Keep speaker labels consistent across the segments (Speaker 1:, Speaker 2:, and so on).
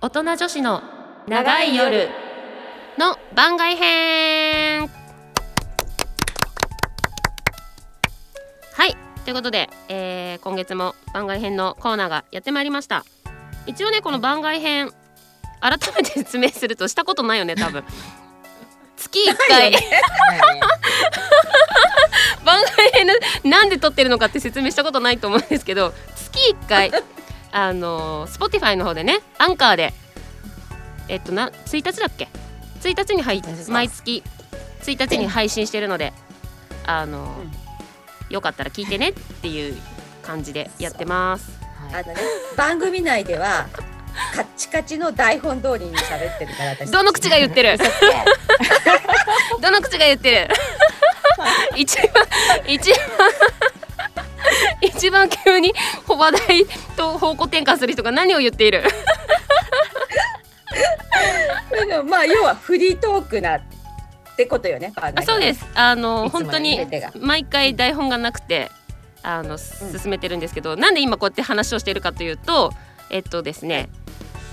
Speaker 1: 大人女子の長い夜の番外編はいということで、えー今月も番外編のコーナーがやってまいりました一応ねこの番外編改めて説明するとしたことないよね多分月1回番外編のなんで撮ってるのかって説明したことないと思うんですけど月1回 あの Spotify の方でねアンカーでえっとな1日だっけ1日に配
Speaker 2: 1日です
Speaker 1: 毎月1日に配信してるのであの、
Speaker 2: うん
Speaker 1: よかったら聞いてねっていう感じでやってます。
Speaker 2: あのね、番組内ではカッチカチの台本通りに喋ってるから私たち
Speaker 1: どの口が言ってるどの口が言ってる一番一番一番急に小話題と方向転換する人が何を言っている
Speaker 2: でもまあ要はフリートークなってことよね。番
Speaker 1: あ
Speaker 2: 組
Speaker 1: そうですあの
Speaker 2: いつも
Speaker 1: 本当に
Speaker 2: 全てが
Speaker 1: 毎回台本がなくてあの進めてるんですけど、なんで今こうやって話をしているかというとえっとですね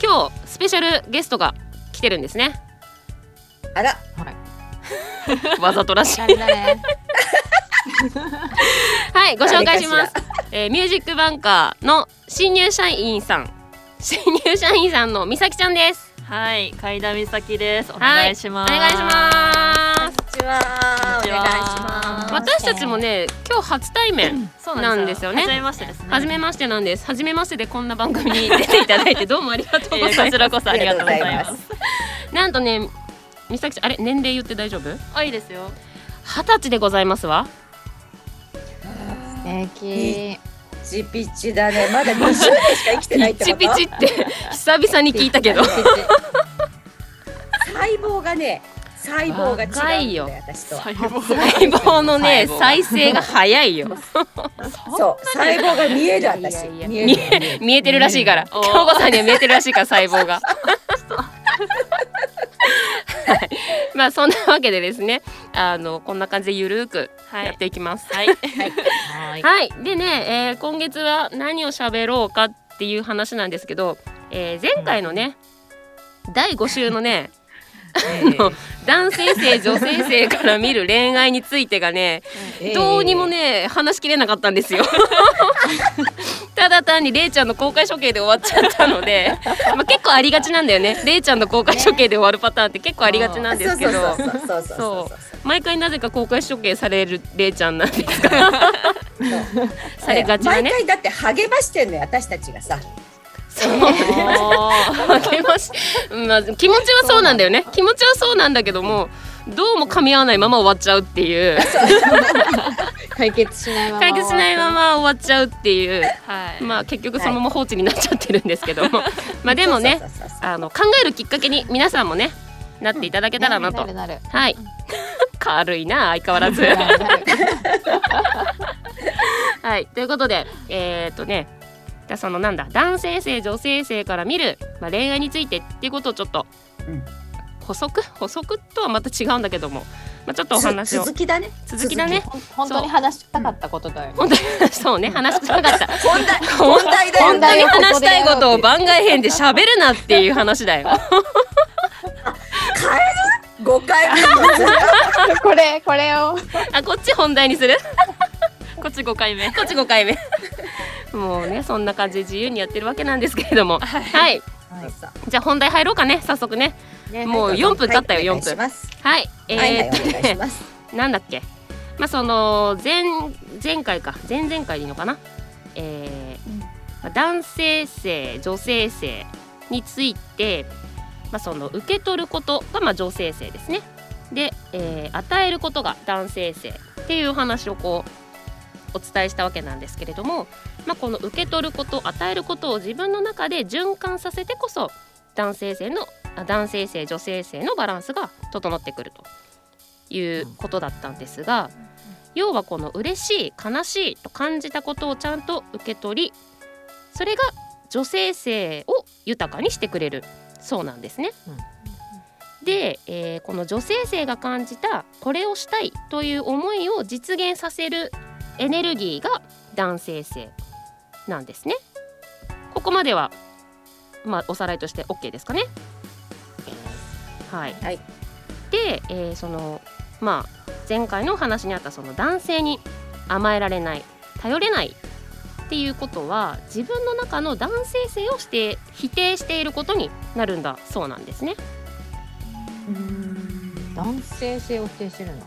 Speaker 1: 今日スペシャルゲストが来てるんですね
Speaker 2: あら、
Speaker 1: わざとらしい
Speaker 3: あれだね。
Speaker 1: はい、ご紹介します
Speaker 2: 誰。
Speaker 1: えーミュージックバンカーの新入社員さん、新入社員さんのみさきちゃんです。
Speaker 4: はい、海田美咲です。お
Speaker 1: は
Speaker 4: 願いし
Speaker 1: お
Speaker 4: ます。
Speaker 1: 願いします
Speaker 2: こん。にちは。
Speaker 4: こんにち
Speaker 2: お
Speaker 4: は
Speaker 2: 願いします。
Speaker 3: ま
Speaker 1: 私たちもね、今日初対面、
Speaker 4: す。そう
Speaker 1: なんですよね
Speaker 4: 初めましてですね。
Speaker 1: 初めましてなんです。初めましてでこんな番組に出ていただいてどうもありがとう
Speaker 4: い
Speaker 1: ご
Speaker 4: や
Speaker 1: ざ
Speaker 4: こ
Speaker 1: い
Speaker 4: ち
Speaker 1: ま
Speaker 4: らこそありがとうござい
Speaker 2: ありが
Speaker 4: ま
Speaker 2: とうござい
Speaker 4: す。
Speaker 1: す。なんとね、みさきちゃん、あれ年齢言って大丈夫？
Speaker 4: あ、いいですよ。
Speaker 1: 二十歳でございますわ。
Speaker 3: 素敵。
Speaker 2: ピッチピチだね。まだ20年しか生きて
Speaker 1: ピ
Speaker 2: ないってこ
Speaker 1: チ
Speaker 2: と。
Speaker 1: ピチって久々に聞いた けど。
Speaker 2: 細胞がね、細胞が違うん
Speaker 1: 若
Speaker 2: だ
Speaker 1: いよ
Speaker 2: よ。私とは。
Speaker 1: 細胞のね
Speaker 4: 細胞が
Speaker 1: 再生が早いよ。
Speaker 2: そう、細胞が見える私。
Speaker 3: いやいや
Speaker 2: 見える。見える
Speaker 1: 見えてるらしいから
Speaker 4: お
Speaker 1: 京
Speaker 4: ー
Speaker 1: 子さんには見えてるらしいから細胞 が。はい、まあそんなわけでですねあのこんな感じでゆるーく
Speaker 4: はい
Speaker 1: やっていきます。
Speaker 4: はい。
Speaker 3: はい。
Speaker 1: はい、でね、えー今月は何を喋ろうかっていう話なんですけど、えー前回のね、第5週のねの男性性女性性から見る恋愛についてがねどうにも。ね話しきれなかったん ですよただ単にれいちゃんの公開処刑で終わっちゃったのでまあ結構ありがちなんだよねれいちゃんの公開処刑で終わるパターンって結構ありがちなんですけど
Speaker 2: そうそうそうそうそう
Speaker 1: 毎回なぜか公開処刑されるれいちゃんなんですが
Speaker 2: そう。
Speaker 1: されがちだね
Speaker 2: 毎回だって励ましてんのよ私たちがさ。
Speaker 1: そう励まし、まあ、気持ちはそうなんだよね気持ちはそうなんだけどもどうも噛み合わないまま終わっちゃうっていう
Speaker 3: 解決しないまま。
Speaker 1: 解決しないま。ま終わっちゃうっていう
Speaker 4: はい。
Speaker 1: まあ結局そのまま放置になっちゃってるんですけども、まあでもね
Speaker 2: そうそうそうそう。
Speaker 1: あの考えるきっかけに皆さんもねなっていただけたらなと、
Speaker 3: なるなる。
Speaker 1: はい軽いな相変わらずはいということでえーっとねじゃあそのなんだ男性性女性性から見る、まあ、恋愛についてっていうことをちょっと、
Speaker 2: うん
Speaker 1: 補足補足とはまた違うんだけども、まあ、ちょっとお話
Speaker 2: つ
Speaker 1: を
Speaker 2: 続きだね。
Speaker 1: 続きだね
Speaker 3: 本当に話したかったことだよ。
Speaker 1: 本当にそうね話したか った
Speaker 2: 本題本題だ
Speaker 1: 本
Speaker 2: よ。
Speaker 3: 題
Speaker 1: 当に話したいことを番外編で喋るなっていう話だよ。
Speaker 2: 誤解
Speaker 3: これこれを。
Speaker 1: あこっち本題にする
Speaker 4: こっち5回目。
Speaker 1: こっち5回目もうねそんな感じで自由にやってるわけなんですけれどもはいじゃあ本題入ろうかね早速ねもう4分経ったよ4分
Speaker 2: はいお願いします
Speaker 1: はいえ
Speaker 2: はいは
Speaker 1: ー
Speaker 2: い
Speaker 1: っ
Speaker 2: お
Speaker 1: と
Speaker 2: 願いし
Speaker 1: ね
Speaker 2: ます。
Speaker 1: なんだっけまあその前前回か前々回でいいのかなえー
Speaker 3: うん
Speaker 1: まあ男性性女性性についてまあその受け取ることがまあ女性性ですねで、えー与えることが男性性っていうお話をこうお伝えしたわけなんですけれども、まあ、この受け取ること与えることを自分の中で循環させてこそ男性性のあ男性性女性性のバランスが整ってくるということだったんですが要はこの嬉しい悲しいと感じたことをちゃんと受け取りそれが女性性を豊かにしてくれるそうなんですね。で、えーこの女性性が感じたこれをしたいという思いを実現させるエネルギーが男性性なんですね。ここまではまあ、おさらいとして OK ですかね。はい、
Speaker 2: はい
Speaker 1: で、えーそのまあ、前回のお話にあったその男性に甘えられない頼れないっていうことは自分の中の男性性をして否定していることになるんだそうなんですね。
Speaker 3: 男性性を否定してるの。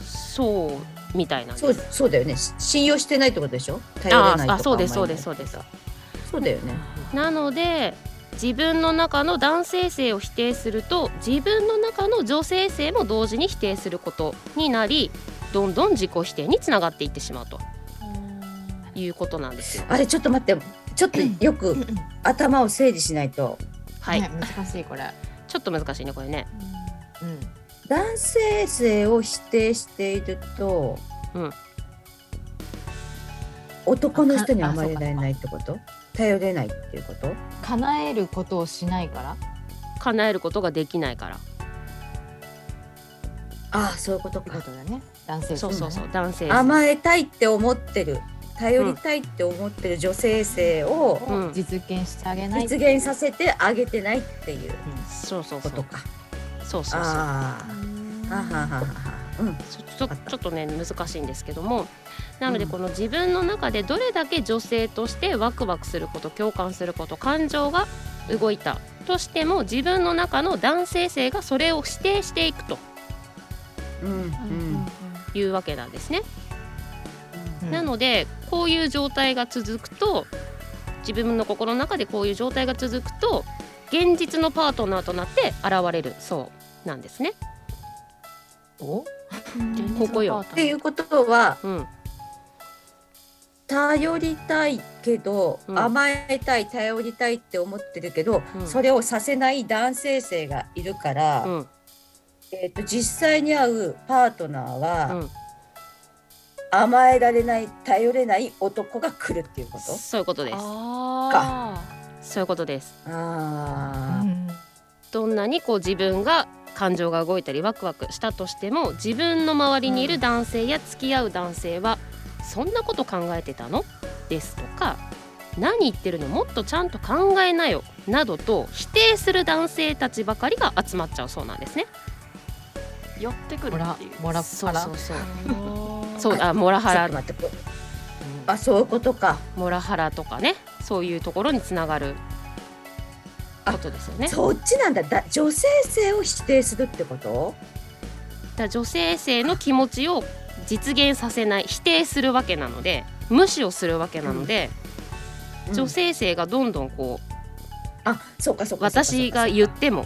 Speaker 1: そうみたいなんです
Speaker 2: そうそうだよねし信用してないってことでしょ頼れないと
Speaker 1: あ
Speaker 2: か
Speaker 1: あそうです
Speaker 2: 甘えない
Speaker 1: そうですそう
Speaker 2: そうだよね
Speaker 1: なので自分の中の男性性を否定すると自分の中の女性性も同時に否定することになりどんどん自己否定につながっていってしまうということなんですよ。
Speaker 2: あれちょっと待ってちょっとよく頭を整理しないと
Speaker 1: はい、
Speaker 3: ね難しいこれ。
Speaker 1: ちょっと難しいねこれね。
Speaker 3: うん。
Speaker 2: 男性性を否定していると、
Speaker 1: うん
Speaker 2: 男の人に甘えられないってこと頼れないっていうこと
Speaker 3: 叶えることをしないから。
Speaker 1: 叶えることができないから。
Speaker 2: ああそういうこと
Speaker 3: って
Speaker 2: か
Speaker 3: ことだね。男性性
Speaker 1: そうそうそう男性性。
Speaker 2: 甘えたいって思ってる頼りたいって思ってる女性性を
Speaker 1: う
Speaker 3: を
Speaker 1: ん
Speaker 3: 実現してあげない。
Speaker 2: 実現させてあげてないっていう
Speaker 1: そうそうそ
Speaker 2: こ
Speaker 1: う
Speaker 2: とか
Speaker 1: そうそうそう。
Speaker 2: ああはあはあはあはあうん
Speaker 1: ちょちょ
Speaker 2: かった
Speaker 1: ちょっとね難しいんですけどもなのでこの自分の中でどれだけ女性としてワクワクすること共感すること感情が動いたとしても自分の中の男性性がそれを否定していくと
Speaker 2: うんうん
Speaker 1: いうわけなんですね。
Speaker 3: うん
Speaker 1: なのでこういう状態が続くと自分の心の中でこういう状態が続くと現実のパートナーとなって現れるそうなんですね。
Speaker 3: お
Speaker 1: ここよ
Speaker 2: っていうことは
Speaker 1: うん、
Speaker 2: 頼りたいけど、
Speaker 1: うん
Speaker 2: 甘えたい頼りたいって思ってるけど、
Speaker 1: うん
Speaker 2: それをさせない男性性がいるから、
Speaker 1: うん
Speaker 2: えー、と実際に会うパートナーは、
Speaker 1: うん
Speaker 2: 甘えられない頼れない男が来るっていうこと
Speaker 1: そういうことです。
Speaker 4: ああ。
Speaker 1: そういうことです。
Speaker 2: あ
Speaker 1: どんなにこう自分が感情が動いたりワクワクしたとしても自分の周りにいる男性や付き合う男性は「そんなこと考えてたの?」ですとか「何言ってるのもっとちゃんと考えなよ」などと否定する男性たちばかりが集まっちゃうそうなんですね。
Speaker 4: 寄ってくる
Speaker 3: もら
Speaker 4: っていう。
Speaker 3: もらっ
Speaker 1: そうそうそう
Speaker 4: う。
Speaker 1: そうあモラ
Speaker 2: あ
Speaker 1: ハ
Speaker 2: ちょっ
Speaker 1: ラ
Speaker 2: と待ってこあそういうことか、
Speaker 1: モラハラとかねそういうところにつながることですよね。
Speaker 2: そっちなんだだ女性性を否定するってこと
Speaker 1: だから女性性の気持ちを実現させない否定するわけなので無視をするわけなので、女、性性がどんどんこう
Speaker 2: うんあそうかそうかそうか
Speaker 1: 私が言っても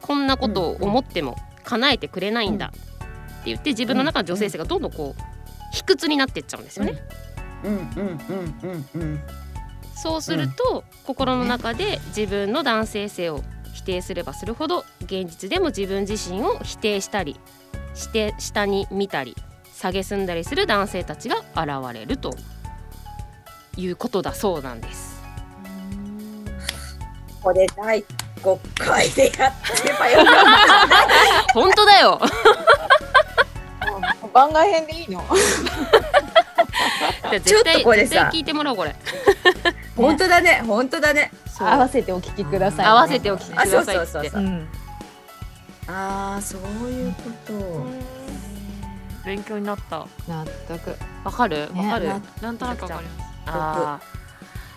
Speaker 1: こんなことを思っても叶えてくれないんだって言って自分の中の女性性がどんどんこう卑屈になっていっちゃうんですよね。
Speaker 2: うんうんうんうんうん
Speaker 1: そうすると心の中で自分の男性性を否定すればするほど現実でも自分自身を否定したりして下に見たり蔑んだりする男性たちが現れるということだそうなんです。
Speaker 2: これ第5回でやってればよかった
Speaker 1: 本当だよ
Speaker 3: 番外編でいいの。
Speaker 1: 絶対
Speaker 2: ちょっとこれさ
Speaker 1: 絶対聞いてもらおうこれ。
Speaker 2: 本当だね本当だね
Speaker 1: そう
Speaker 3: 合わせてお聞きくださいね。
Speaker 1: 合わせてお聞きくだ
Speaker 2: あそう
Speaker 1: さい
Speaker 2: そう
Speaker 1: っ
Speaker 2: そう
Speaker 1: て
Speaker 2: そ。う
Speaker 3: うん。
Speaker 2: ああそういうこと、
Speaker 4: 勉強になった。
Speaker 3: 納得。
Speaker 1: わかる
Speaker 3: ね
Speaker 1: わかる。
Speaker 2: な
Speaker 4: なんとなくわかります。
Speaker 1: ああ。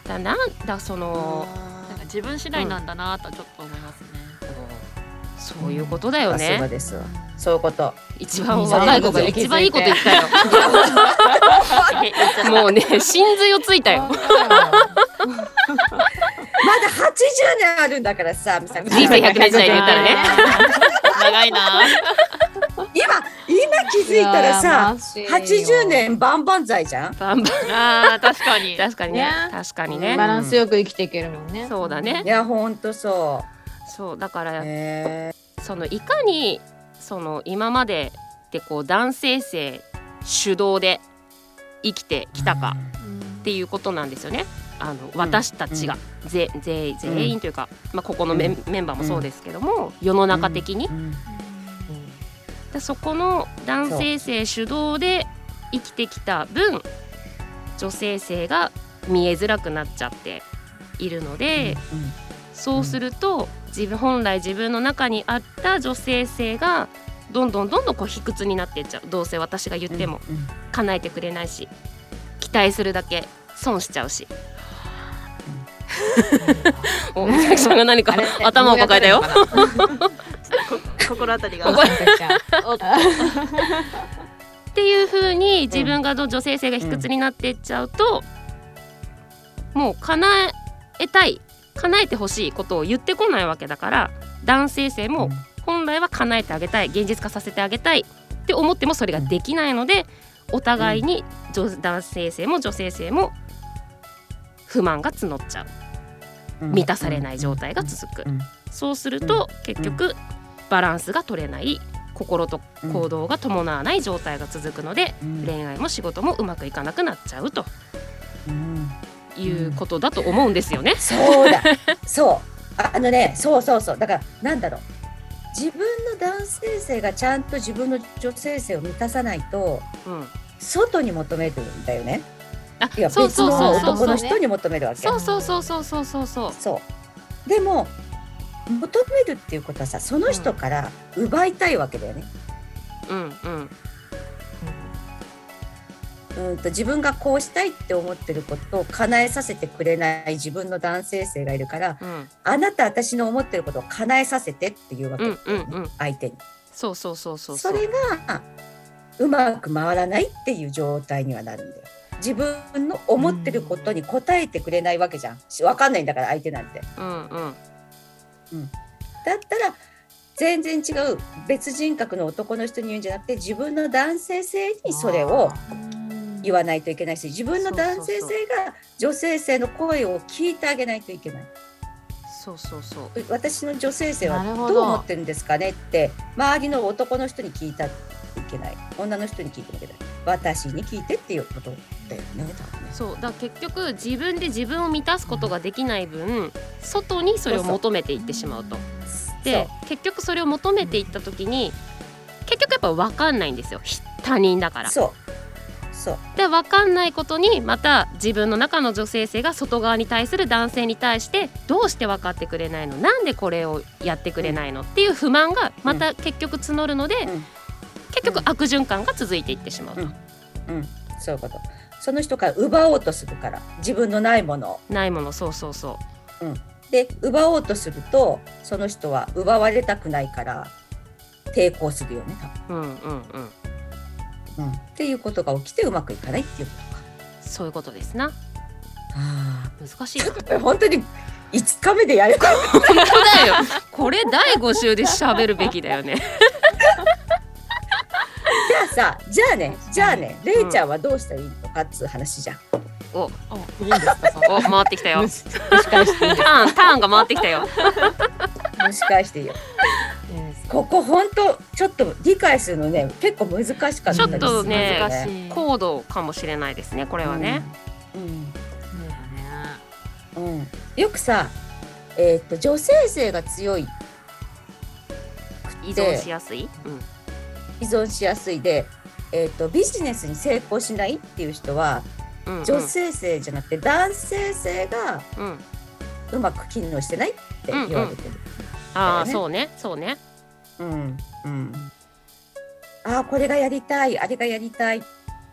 Speaker 1: だなんだその
Speaker 4: なんか自分次第なんだなとはちょっと思いますね。
Speaker 1: そういうことだよ
Speaker 2: さすが
Speaker 1: ね。
Speaker 2: ですわそういうこと
Speaker 1: 一番若い子が一番いいこと言ったよ。
Speaker 4: え言っちゃった
Speaker 1: もうね真髄をついた よ。
Speaker 2: まだ80年あるんだからさみさみ
Speaker 1: 人生100年時代で言ったらね。
Speaker 4: 長いな。
Speaker 2: 今今気づいたらさ80年万々歳じゃん
Speaker 1: バンバン
Speaker 4: ああ確かに。
Speaker 1: 確かにね
Speaker 3: ね
Speaker 1: 確かに
Speaker 3: ね。
Speaker 1: ね。
Speaker 3: バランスよく生きていけるもんね。
Speaker 1: そうだね
Speaker 2: い。やほんとそ
Speaker 1: そうだか
Speaker 2: う
Speaker 1: ら
Speaker 2: へ
Speaker 1: そのいかにその今まででこう男性性主導で生きてきたかっていうことなんですよね。あの私たちが、ぜ全員全員というか、まあ、ここのメ,、メンバーもそうですけども、世の中的に、
Speaker 2: えうん
Speaker 1: でそこの男性性主導で生きてきた分女性性が見えづらくなっちゃっているので、
Speaker 2: うん
Speaker 1: そうすると自分本来自分の中にあった女性性がどんどんどんどんこう卑屈になっていっちゃうどうせ私が言っても
Speaker 2: うんうん
Speaker 1: 叶えてくれないし期待するだけ損しちゃうし。 おみさきさんが何か
Speaker 3: あれ
Speaker 1: 頭を抱えた よ。
Speaker 4: 心当たりが
Speaker 1: ここ
Speaker 3: 思い当たるのかな
Speaker 4: おっと
Speaker 1: っていう風に自分がど女性性が卑屈になっていっちゃうと、もう叶えたい叶えてほしいことを言ってこないわけだから男性性も本来は叶えてあげたい現実化させてあげたいって思ってもそれができないのでお互いに女男性性も女性性も不満が募っちゃう満たされない状態が続く
Speaker 2: うん
Speaker 1: そうすると結局バランスが取れない心と行動が伴わない状態が続くので
Speaker 2: うん
Speaker 1: 恋愛も仕事もうまくいかなくなっちゃうと
Speaker 2: うん
Speaker 1: いうことだと思うんですよね。
Speaker 2: そうだそうああのねそうそうそうだからなんだろう自分の男性性がちゃんと自分の女性性を満たさないと
Speaker 1: うん、
Speaker 2: 外に求めるんだよね
Speaker 1: あ
Speaker 2: いや
Speaker 1: そう
Speaker 2: 別
Speaker 1: そう
Speaker 2: の
Speaker 1: そうそう
Speaker 2: 男
Speaker 1: そ
Speaker 2: の
Speaker 1: う
Speaker 2: 人に求めるわけ
Speaker 1: そうそうそうそうそうそうそう
Speaker 2: そうでも求めるっていうことはさその人から奪いたいわけだよね、
Speaker 1: うんうん
Speaker 2: うん、と自分がこうしたいって思ってることを叶えさせてくれない自分の男性性がいるから
Speaker 1: うん
Speaker 2: あなた私の思ってることを叶えさせてっていうわけ、
Speaker 1: うんうんうん
Speaker 2: 相手に
Speaker 1: そうそうそうそう
Speaker 2: それがうまく回らないっていう状態にはなるんだよ自分の思ってることに応えてくれないわけじゃんしわかんないんだから相手なんて
Speaker 1: うんうん
Speaker 2: だったら全然違う別人格の男の人に言うんじゃなくて自分の男性性に それを言わないといけないし自分の男性性
Speaker 1: そうそ
Speaker 2: が女性性の声を聞いてあげないといけない
Speaker 1: そうそうそう
Speaker 2: 私の女性性は
Speaker 3: な
Speaker 2: ど
Speaker 3: るほ
Speaker 2: う
Speaker 3: ど
Speaker 2: 思ってるんですかねって周りの男の人に聞いたらいけない女の人に聞いてもいけない私に聞いてっていうことだよね多分ね
Speaker 1: そうだから結局自分で自分を満たすことができない分外にそれを求めていってしまうと。で結局それを求めていった時に結局やっぱ分かんないんですよひ他人だから。
Speaker 2: そうそう
Speaker 1: で分かんないことにまた自分の中の女性性が外側に対する男性に対してどうして分かってくれないのなんでこれをやってくれないのっていう不満がまた結局募るので、
Speaker 2: ん
Speaker 1: 結局悪循環が続いていってしまうと、
Speaker 2: うんそううんそういうことその人から奪おうとするから自分のないものを
Speaker 1: ないものそうそうそ
Speaker 2: で奪おうとするとその人は奪われたくないから抵抗するよね多
Speaker 1: ううんうんうん
Speaker 2: 分、っていうことが起きてうまくいかないっていうことか
Speaker 1: そういうことですな
Speaker 2: あ
Speaker 1: 難しいな本
Speaker 2: あ本当に5日目でやるか
Speaker 1: 当だよこれ第5週で喋るべきだよね
Speaker 2: じゃあさじゃあねじゃあねレイちゃんはどうしたらいいのかっつう話じゃん。
Speaker 1: お
Speaker 4: おいいんですかそんな
Speaker 1: お回ってきたよ
Speaker 3: 蒸し蒸し返して
Speaker 1: タ
Speaker 3: いい
Speaker 1: ーンターンが回ってきたよ
Speaker 2: 蒸し返していいよ。
Speaker 3: ですか
Speaker 2: ここ本当ちょっと理解するのね結構難しかったりするんだよ
Speaker 1: ちょっとね
Speaker 4: 難しい
Speaker 1: 高度かもしれないですねこれはね、。
Speaker 2: うん
Speaker 4: そうだね
Speaker 2: うんうんよくさえーっと女性性が強い
Speaker 1: 依存しやすい、うん
Speaker 2: 依存しやすいで、えー、とビジネスに成功しないっていう人は
Speaker 1: うんうん
Speaker 2: 女性性じゃなくて男性性が
Speaker 1: うん
Speaker 2: うまく機能してないって言われてる。
Speaker 1: ああ、
Speaker 2: だよね
Speaker 1: そうねそうね
Speaker 2: うんうんああこれがやりたいあれがやりたいっ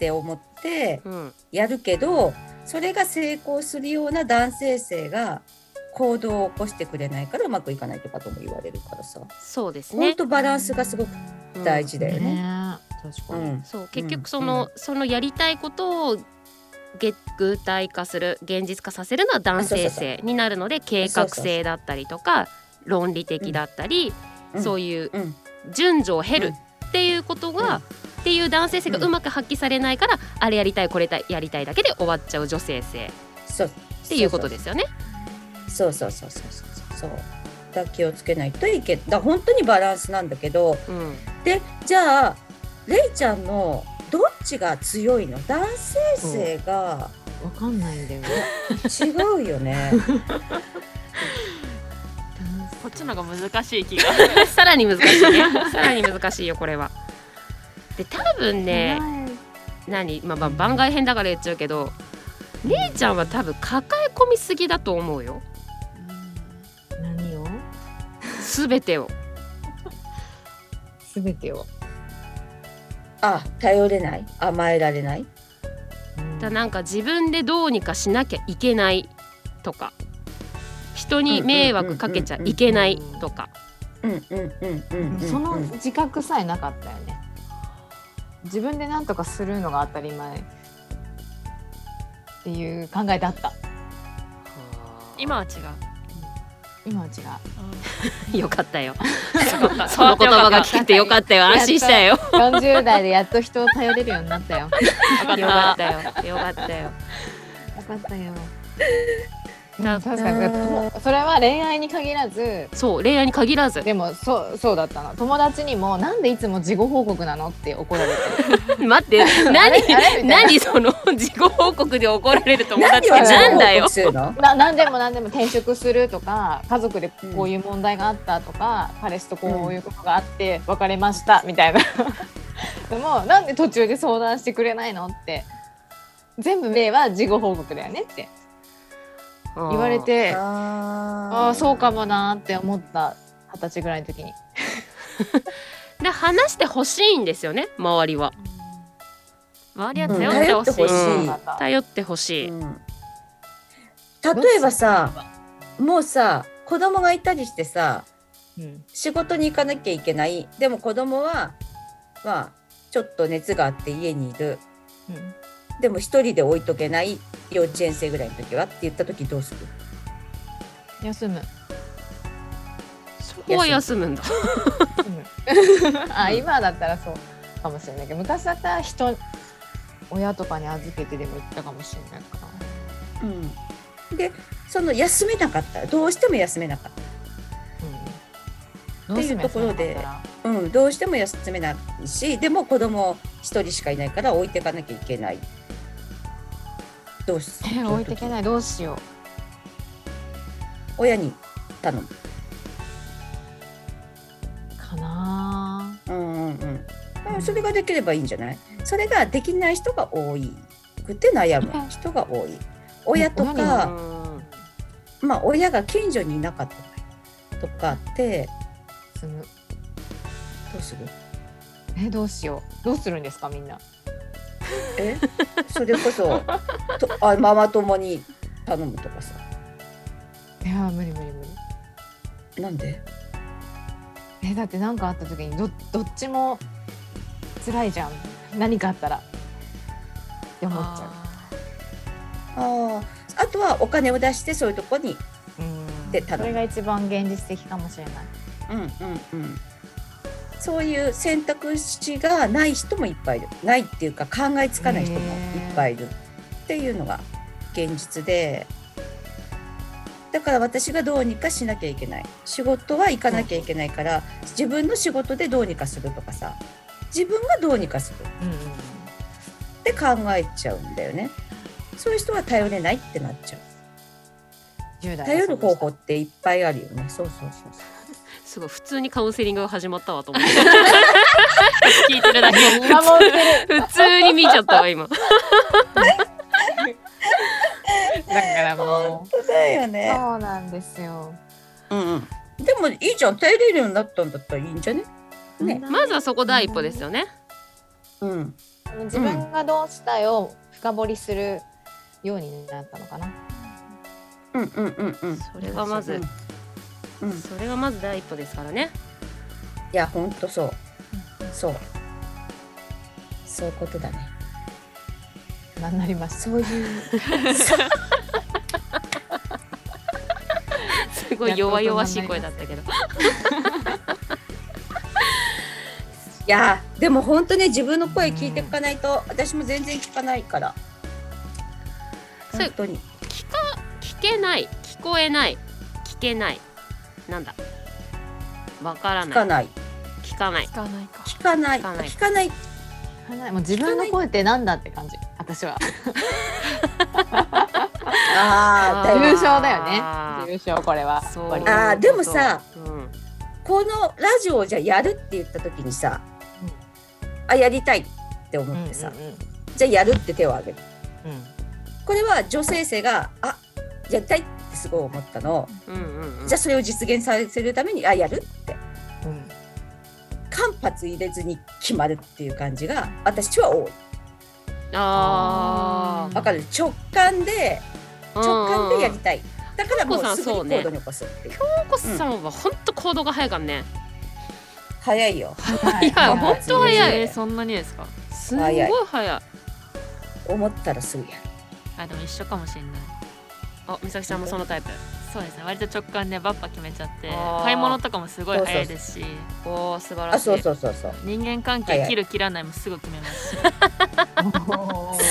Speaker 2: て思って
Speaker 1: うん
Speaker 2: やるけどそれが成功するような男性性が行動を起こしてくれないからうまくいかないとかとも言われるからさ、
Speaker 1: そうです
Speaker 2: ほん
Speaker 1: ね
Speaker 2: とバランスがすごく大事だよね。
Speaker 3: ね確か
Speaker 2: う
Speaker 3: に。
Speaker 2: ん
Speaker 1: そう結局その、そのやりたいことをげ具体化する現実化させるのは男性
Speaker 2: あそう
Speaker 1: 性になるので計画性だったりとか論理的だったり、
Speaker 2: うん
Speaker 1: そういう
Speaker 2: うん
Speaker 1: 順序を経るっていうことが、
Speaker 2: うん
Speaker 1: っていう男性性がうまく発揮されないから、あれやりたいこれやりたいだけで終わっちゃう女性性っ
Speaker 2: そうって
Speaker 1: いうことですよね。
Speaker 2: そうそうそうそうそうそうだ気をつけないといけだ本当にバランスなんだけど
Speaker 1: うん
Speaker 2: でじゃあレイちゃんのどっちが強いの男性性が
Speaker 3: わかんないんだよね。
Speaker 2: 違うよね、
Speaker 4: こっちの方が難しい気が
Speaker 1: さらに難しい ね。さらに難しいよこれは。で多分ね、何まあ、まあ番外編だから言っちゃうけど、姉ちゃんは多分抱え込みすぎだと思うよ。
Speaker 3: な
Speaker 1: 全てを
Speaker 3: すべてを。
Speaker 2: あ頼れない甘えられない
Speaker 3: うん
Speaker 1: だなんか自分でどうにかしなきゃいけないとか人に迷惑かけちゃいけないとか
Speaker 2: うんうんうんうんうんうん
Speaker 3: その自覚さえなかったよね。自分で何とかするのが当たり前っていう考えだった。
Speaker 4: 今は違う。
Speaker 3: 今は違 う。
Speaker 1: よかったよ
Speaker 4: よかった
Speaker 1: その言葉が聞けてよかったよ安心したよ
Speaker 3: 40代でやっと人を頼れるようになったよ。
Speaker 4: た
Speaker 1: よかったよよかったよ
Speaker 3: よかったよ。
Speaker 1: だ
Speaker 3: 確かにとそれは恋愛に限らず
Speaker 1: そう恋愛に限らず
Speaker 3: でもそうそうだったの友達にもなんでいつも事後報告なのって怒られて
Speaker 1: 待って
Speaker 3: あれ
Speaker 1: 何
Speaker 3: あれみたい
Speaker 1: 何その事後報告で怒られる友
Speaker 2: 何
Speaker 1: 達
Speaker 2: を
Speaker 1: ってなんだよ
Speaker 2: 報告するの
Speaker 3: な何でも何でも転職するとか家族でこういう問題があったとか、彼氏とこういうことがあって別れましたみたいな でもなんで途中で相談してくれないのって全部例は事後報告だよねって言われてあ
Speaker 2: あ
Speaker 3: あそうかもなーって思った二十歳ぐらいの時に
Speaker 1: で話してほしいんですよね周りは周りは頼ってほしい、
Speaker 2: うん頼ってほしい
Speaker 1: うん頼ってほしい、
Speaker 2: うん例えばさもうさ子供がいたりしてさ
Speaker 3: うん
Speaker 2: 仕事に行かなきゃいけないでも子供はまあちょっと熱があって家にいる
Speaker 3: うん
Speaker 2: でも一人で置いとけない幼稚園生ぐらいの時はって言った時どうする
Speaker 3: 休む
Speaker 1: そこは休むんだ
Speaker 3: うん あ今だったらそうかもしれないけど昔だったら人親とかに預けてでも行ったかもしれないかな
Speaker 2: でその休めなかったどうしても休めなかっ、
Speaker 3: うん、
Speaker 2: っていうところで
Speaker 3: どうしても休めなかっ
Speaker 2: た、うん、どうしても休めないしでも子供一人しかいないから置いていかなきゃいけないどうす
Speaker 3: たらえ
Speaker 2: る
Speaker 3: 置いていけないどうしよ
Speaker 2: 親に頼む
Speaker 3: うかな
Speaker 2: うんうんうんうんそれができればいいんじゃないそれができない人が多いくて悩む人が多い親と
Speaker 3: 親に
Speaker 2: か、
Speaker 3: は
Speaker 2: まあ、親が近所にいなかったとかって
Speaker 3: 休む
Speaker 2: どうする
Speaker 3: えどうしようどうするんですかみんな
Speaker 2: えそれこそとあママ友に頼むとかさ
Speaker 3: いやー無理無理無理
Speaker 2: なんで
Speaker 3: えだって何かあった時にどどっちも辛いじゃん何かあったらって思っちゃ
Speaker 2: あああとはお金を出してそういうとこに
Speaker 3: ううん
Speaker 2: で頼む
Speaker 3: それが一番現実的かもしれない
Speaker 2: うんうんうんそういう選択肢がない人もいっぱいいるないっていうか考えつかない人もいっぱいいるっていうのが現実でだから私がどうにかしなきゃいけない仕事は行かなきゃいけないから自分の仕事でどうにかするとかさ自分がどうにかする
Speaker 3: うんうん
Speaker 2: って考えちゃうんだよねそういう人は頼れないってなっちゃう
Speaker 3: 10代は
Speaker 2: 頼る方法
Speaker 3: そうで
Speaker 2: っていっぱいあるよねそうそうそうそう
Speaker 1: すごい普通にカウンセリングが始まったわと思って聞いてるだけ
Speaker 3: した見守ってる
Speaker 1: 普通に見ちゃったわ今
Speaker 3: だからもう
Speaker 2: 本当だよね
Speaker 3: そうなんですよ
Speaker 2: うんうんでもいいじゃん頼れるようになったんだったらいいんじゃねね
Speaker 1: まずはそこ第一歩ですよね
Speaker 2: うん
Speaker 3: 自分がどうしたいを深掘りするようになったのかな、
Speaker 2: うんうんうんうん
Speaker 1: それがまず
Speaker 2: うん、うん、い
Speaker 1: それがまず第一歩ですからね
Speaker 2: やほんとそうそうそういうことだね
Speaker 3: なんなりました
Speaker 2: そういう
Speaker 1: すごい弱々しい声だったけど
Speaker 2: いやでもほんとね自分の声聞いていかないと私も全然聞かないから
Speaker 1: そう
Speaker 2: 本当に
Speaker 1: 聞か聞けない聞こえない聞けないなんだわから
Speaker 2: 聞か
Speaker 1: ない
Speaker 2: ない
Speaker 1: 聞かない
Speaker 4: 聞かないか。
Speaker 2: 聞かない
Speaker 1: 聞かない
Speaker 2: 聞かない
Speaker 3: もう自分の声ってなんだって感じ私は
Speaker 2: ああだいぶ
Speaker 3: 優勝だよ
Speaker 1: あー
Speaker 3: ね優勝これはやっぱり
Speaker 2: あーでもさ、
Speaker 1: うん、
Speaker 2: このラジオをじゃあやるって言った時にさ、あやりたいって思ってさ、
Speaker 3: うんうん
Speaker 2: じゃあやるって手を挙げる
Speaker 3: うん
Speaker 2: これは女性性があやりたいってすごい思ったの、
Speaker 1: うんうんうん
Speaker 2: じゃあそれを実現させるためにあやるって間髪入れずに決まるっていう感じが私は多い
Speaker 1: あ
Speaker 2: わかる直感で
Speaker 1: あ
Speaker 2: 直感でやりたいだからも
Speaker 1: 京子さ
Speaker 2: うんす
Speaker 1: そ
Speaker 2: ぐに行
Speaker 1: うね
Speaker 2: 動に起こすっていう
Speaker 1: ココさんは本当行動が早いからね。
Speaker 2: 早いよ
Speaker 3: はい
Speaker 1: いや本 当早い
Speaker 2: ね
Speaker 4: えーそんなにですか
Speaker 1: すんごい早い。
Speaker 2: 思ったらすぐやる
Speaker 4: あでも一緒かもしれない
Speaker 1: あ美咲さんもそのタイプ。
Speaker 4: そうですね割と直感でバッパ決めちゃって
Speaker 1: あー
Speaker 4: 買い物とかもすごい早いですし
Speaker 1: おお素晴らしい。
Speaker 2: あそうそうそうそう
Speaker 4: 人間関
Speaker 2: 早
Speaker 4: 係
Speaker 2: い
Speaker 4: 切る切らないもすぐ決めますし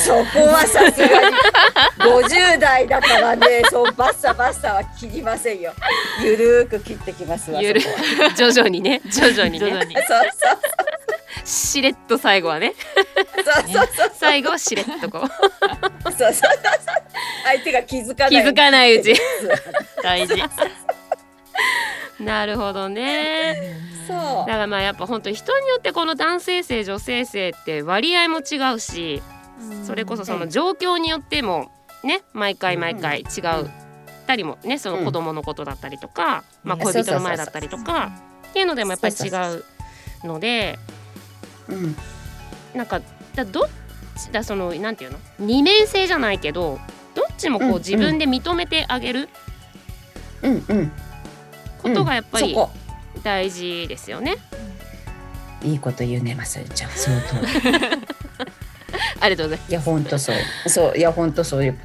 Speaker 2: そこはさすがに50代だか らねそうバッサバッサは切りませんよゆるーく切ってきますわ
Speaker 1: ゆる
Speaker 2: そこは
Speaker 1: 徐々にね徐々に
Speaker 4: 徐々
Speaker 1: ね
Speaker 4: に
Speaker 2: そうそ
Speaker 1: しれっと最後はね
Speaker 2: うそうそう
Speaker 1: 最後はしれっとこう
Speaker 2: そうそうそうそう相手が気づかな い
Speaker 1: 気づかないうち
Speaker 4: 大事
Speaker 1: なるほどねだ
Speaker 2: そ
Speaker 1: からまあやっぱ本当に人によってこの男性性女性性って割合も違うしそれこそその状況によってもね毎回毎回違うたりもねその子供のことだったりとか、
Speaker 4: うん
Speaker 1: まあ恋人の前だったりとかっていうのでもやっぱり違うので
Speaker 2: う、うん、
Speaker 1: なんかだどっちだそのなんていうの二面性じゃないけどどっちもこう
Speaker 2: うん
Speaker 1: 自分で認めてあげる
Speaker 2: うんうん
Speaker 1: ことがやっぱり
Speaker 2: そこ
Speaker 1: 大事ですよね。
Speaker 2: いいこと言うねまさゆちゃんその通り
Speaker 1: ありがとうございま
Speaker 2: いやほんとそうそういやほんとそういう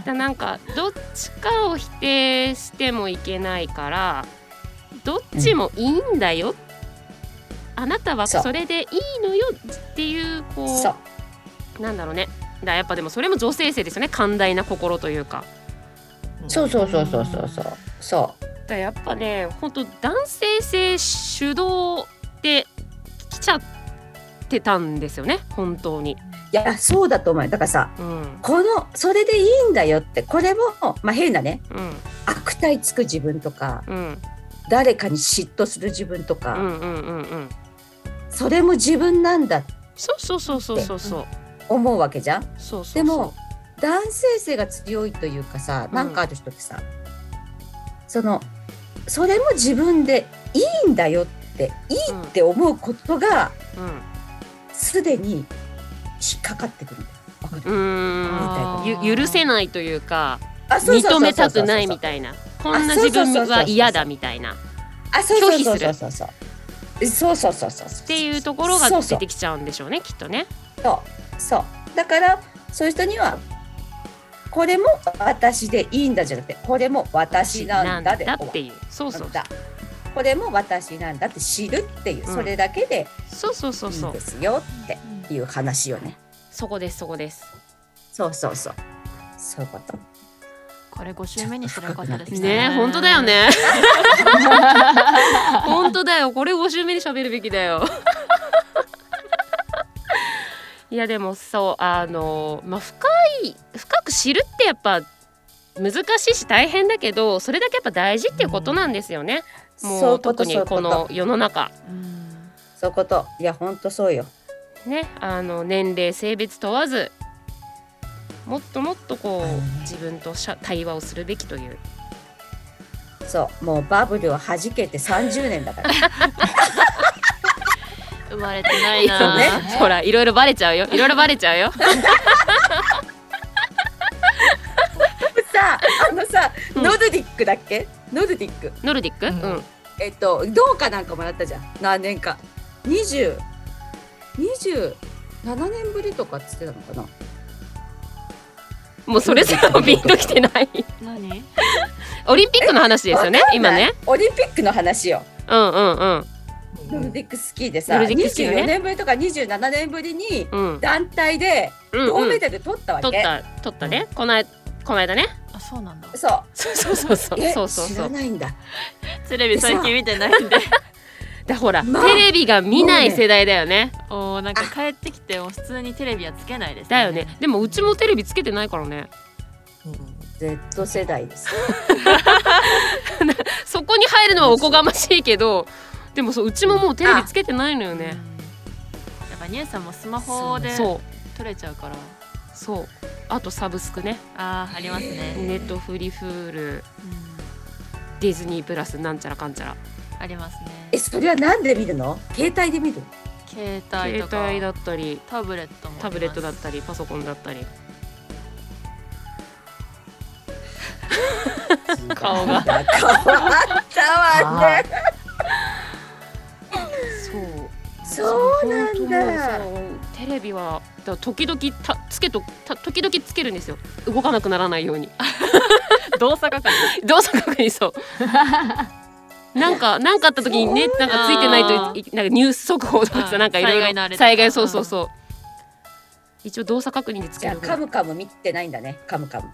Speaker 1: す。だなんかどっちかを否定してもいけないからどっちもいいんだよ、あなたは
Speaker 2: そう
Speaker 1: それでいいのよっていうこ
Speaker 2: そう
Speaker 1: うなんだろうねだからやっぱでもそれも女性性ですよね寛大な心というか。
Speaker 2: そうそうそうそうそうそうそ
Speaker 1: だからやっぱね本当男性性主導で来ちゃってたんですよね本当に。
Speaker 2: ういやそうだと思うよだからさ
Speaker 1: うん
Speaker 2: このそれでいいんだよってこれもまあ変なね
Speaker 1: うん
Speaker 2: 悪態つく自分とか
Speaker 1: うん
Speaker 2: 誰かに嫉妬する自分とか、
Speaker 1: うんうんうんうん
Speaker 2: それも自分なんだ
Speaker 1: そうそうそうそうそうそう
Speaker 2: 思うわけじゃん
Speaker 1: そうそう
Speaker 2: でも男性性が強いというかさなんかある人ってさ、そのそれも自分でいいんだよってい
Speaker 1: う
Speaker 2: い
Speaker 1: ん
Speaker 2: って思うことが
Speaker 1: うん
Speaker 2: すでに引っかかってくるんだよわかる
Speaker 1: うーん
Speaker 2: あ
Speaker 1: ゆ許せないというか
Speaker 2: あそうそうそうそ
Speaker 1: 認
Speaker 2: う
Speaker 1: めたくないみたいなこんな自分は嫌だみたいなっ
Speaker 2: あそうそうそう
Speaker 1: 拒否
Speaker 2: そうそうそうそうそうそうそう
Speaker 1: ていうところが
Speaker 2: そうそ
Speaker 1: 出
Speaker 2: う
Speaker 1: てきちゃうんでしょうねきっとね。
Speaker 2: そうそうだからそういう人にはこれも私でいいんだじゃなくてこれも私なんだで
Speaker 1: なん
Speaker 2: 終わ
Speaker 1: っていうそうそう
Speaker 2: るんだこれも私なんだって知るっていう、
Speaker 1: うん
Speaker 2: それだけで
Speaker 1: そうそうそう
Speaker 2: い
Speaker 1: そ
Speaker 2: い
Speaker 1: うん
Speaker 2: ですよっていう話よね
Speaker 1: そこですそこです。
Speaker 2: そうそうそうそういうこと
Speaker 4: これ5週目にすればよかったです
Speaker 1: ね本当だよね本当だよこれ5週目に喋るべきだ よいやでもそうあのまあ深い深く知るってやっぱ難しいし大変だけどそれだけやっぱ大事っていうことなんですよね、
Speaker 2: そう
Speaker 1: も
Speaker 2: いううこと
Speaker 1: 特に
Speaker 2: そういう
Speaker 1: こ
Speaker 2: こと
Speaker 1: の世の中
Speaker 4: うん
Speaker 2: そういうこといやほんとそうよ
Speaker 1: ねあの年齢性別問わずもっともっとこ
Speaker 2: あのね
Speaker 1: う自分としゃ対話をするべきという
Speaker 2: そうもうバブルをはじけて30年だから
Speaker 4: 生まれてない
Speaker 1: そう
Speaker 4: な
Speaker 1: ね
Speaker 4: ー。
Speaker 1: ほらいろいろバレちゃうよいろいろバレちゃうよ
Speaker 2: さあのさ
Speaker 1: うん
Speaker 2: ノルディックだっけノルディック
Speaker 1: ノルディック、
Speaker 4: うん
Speaker 1: うん
Speaker 2: えっと、銅かなんかもらったじゃん何年か2027年ぶりとかっつってたのかな
Speaker 1: もうそれすらもピンときてない
Speaker 4: 何？
Speaker 1: オリンピックの話ですよね
Speaker 2: わかんな
Speaker 1: 今
Speaker 2: い
Speaker 1: ね
Speaker 2: オリンピックの話よ
Speaker 1: うんうんうん
Speaker 2: ノルディックスキーでさ、
Speaker 1: ノルディックスキーね
Speaker 2: 24年ぶりとか27年ぶりに
Speaker 1: うん
Speaker 2: 団体で
Speaker 1: うん
Speaker 2: 銅
Speaker 1: う
Speaker 2: メ
Speaker 1: ん
Speaker 2: ダル取ったわけ、
Speaker 1: 取った取ったねこのいこの間ね
Speaker 4: あそうなんだ。
Speaker 2: そ
Speaker 1: そうそうそうそう
Speaker 2: うえ
Speaker 1: そうそう
Speaker 2: 知
Speaker 1: そ
Speaker 2: ら
Speaker 1: う
Speaker 2: ないんだ
Speaker 4: テレビ最近見てないんで。
Speaker 1: だほら、
Speaker 2: まあ
Speaker 1: テレビが見ない世代だよね
Speaker 4: おおなんか帰ってきても普通にテレビはつけないです、
Speaker 1: だよね。でもうちもテレビつけてないからね
Speaker 2: Z 世代です
Speaker 1: そこに入るのはおこがましいけどでもそううちももうテレビつけてないのよ
Speaker 4: うんや
Speaker 1: ね
Speaker 4: っぱニュースさんもスマホで
Speaker 1: そう
Speaker 4: 撮れちゃうから。
Speaker 1: そうあとサブスクね
Speaker 4: あーありますね。
Speaker 1: ネットフリフール
Speaker 4: うん
Speaker 1: ディズニープラスなんちゃらかんちゃら
Speaker 4: あります
Speaker 2: え
Speaker 4: ね
Speaker 2: それは何で見るの携帯で見る
Speaker 4: 携帯
Speaker 1: 携
Speaker 4: とか
Speaker 1: 帯だったり
Speaker 4: タブレットもあります
Speaker 1: タブレットだったりパソコンだったり 顔が
Speaker 2: 変わったわね
Speaker 1: そう
Speaker 2: そうなんだ
Speaker 1: 本当もうそうテレビはだから時々たつけとた時々つけるんですよ動かなくならないように動作係動作係そうなんかなんかあった時にねなんかついてない
Speaker 4: あ
Speaker 1: と
Speaker 4: ー
Speaker 1: いなんかニュース速報とか
Speaker 4: う
Speaker 1: さ
Speaker 4: ん
Speaker 1: なんかいろいろ
Speaker 4: 災害のあれとか
Speaker 1: 災害そうそうそう一応動作確認でつ
Speaker 2: じ
Speaker 1: け
Speaker 2: ゃあ
Speaker 1: るぐら
Speaker 2: カ
Speaker 1: いだ
Speaker 2: ムカム見てないんだねカムカム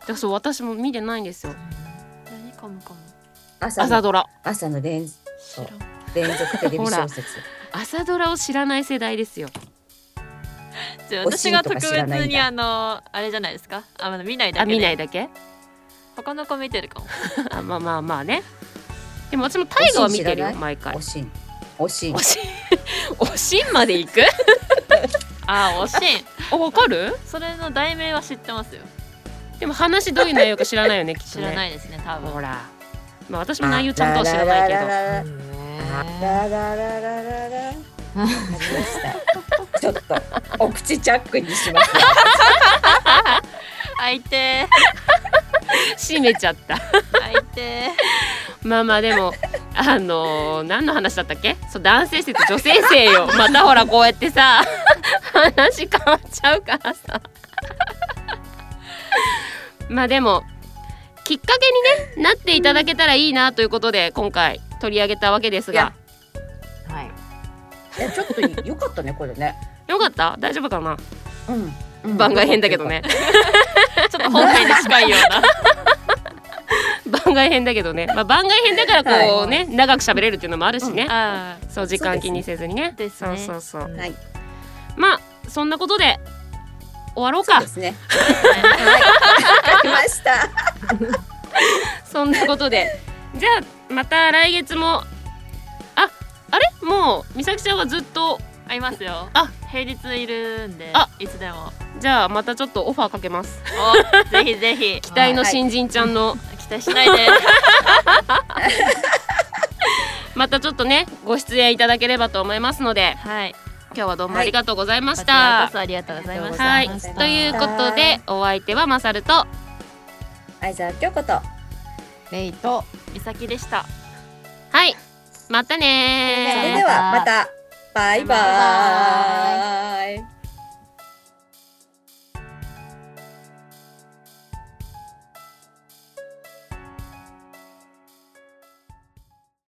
Speaker 1: からそう私も見てないんですよ
Speaker 4: 何かもかも
Speaker 2: 朝
Speaker 1: 朝
Speaker 2: の
Speaker 1: ドラ
Speaker 2: 朝の連
Speaker 4: 知らん
Speaker 2: 連続テレビ 小説
Speaker 1: 朝ドラを知らない世代ですよ
Speaker 4: じゃあ
Speaker 2: おし
Speaker 4: 私
Speaker 2: んこと
Speaker 4: が
Speaker 2: か
Speaker 4: 特別
Speaker 2: 知らないん
Speaker 4: に
Speaker 2: だ
Speaker 4: あのあれじゃないですかあまだ見ないだ
Speaker 1: あ
Speaker 4: けで
Speaker 1: 見ないだけ
Speaker 4: 他の子見てるかも
Speaker 1: あまあまあまあねでも私も大河は見てる
Speaker 2: おしん知ら
Speaker 1: よ
Speaker 2: ない
Speaker 1: 毎回
Speaker 2: おしんおしん
Speaker 1: おしんおしん まで行く
Speaker 4: あおしん
Speaker 1: あわかる
Speaker 4: それの題名は知ってますよ
Speaker 1: でも話どういう内容か知らないよねきっと
Speaker 4: 知
Speaker 1: ね
Speaker 4: らないですね多
Speaker 1: ほ
Speaker 4: 分
Speaker 1: らまあ私も内容ちゃんとは知らないけど
Speaker 2: ど
Speaker 3: ね
Speaker 2: ララララララ。ありま した。ちょっとお口チャックにしますよ。
Speaker 4: 相手
Speaker 1: 閉めちゃった
Speaker 4: 相手
Speaker 1: まあまあでもあのー何の話だったっけそう男性性と女性性よまたほらこうやってさ話変わっちゃうからさまあでもきっかけに、ね、なっていただけたらいいなということで今回取り上げたわけです
Speaker 2: いや
Speaker 1: が
Speaker 3: はい
Speaker 2: いやちょっと良かったねこれね。
Speaker 1: よかった大丈夫かな
Speaker 2: うん。
Speaker 1: 番外編だけど ね。
Speaker 4: ちょっと本編に近いような
Speaker 1: 番外編だけどね、まあ、番外編だからこうね、長く喋れるっていうのもあるしね、
Speaker 4: あ
Speaker 1: そう時間気にせずにね
Speaker 4: です
Speaker 1: そう
Speaker 4: ね
Speaker 1: そうそう、
Speaker 4: うん
Speaker 2: はい。
Speaker 1: まあそんなことで終わろう
Speaker 2: そう
Speaker 1: か
Speaker 2: ですね。
Speaker 4: ー
Speaker 2: はい。わかりました。
Speaker 1: そんなことでじゃあまた来月もああれもう美咲ちゃんはずっと
Speaker 4: ありますよ
Speaker 1: あ
Speaker 4: 平日いるんで
Speaker 1: あ
Speaker 4: いつでも
Speaker 1: じゃあまたちょっとオファーかけ ます
Speaker 4: おぜひぜひ
Speaker 1: 期待の新人ちゃんの、
Speaker 4: 期待 しないで
Speaker 1: またちょっとねご出演いただければと思いますので
Speaker 4: はい
Speaker 1: 今日はどうもありがとうございま
Speaker 4: こ
Speaker 1: し
Speaker 4: ちら
Speaker 1: た
Speaker 4: こ、そありがとうございました
Speaker 1: はい
Speaker 3: ありがとうご
Speaker 1: と
Speaker 3: ざ
Speaker 1: い
Speaker 3: いうま
Speaker 1: こ
Speaker 3: した
Speaker 1: とでお相手はまさると
Speaker 2: 相沢京子と。
Speaker 3: レイと
Speaker 4: 美咲でした
Speaker 1: はいまたねー
Speaker 2: それではまた。バイバーイ。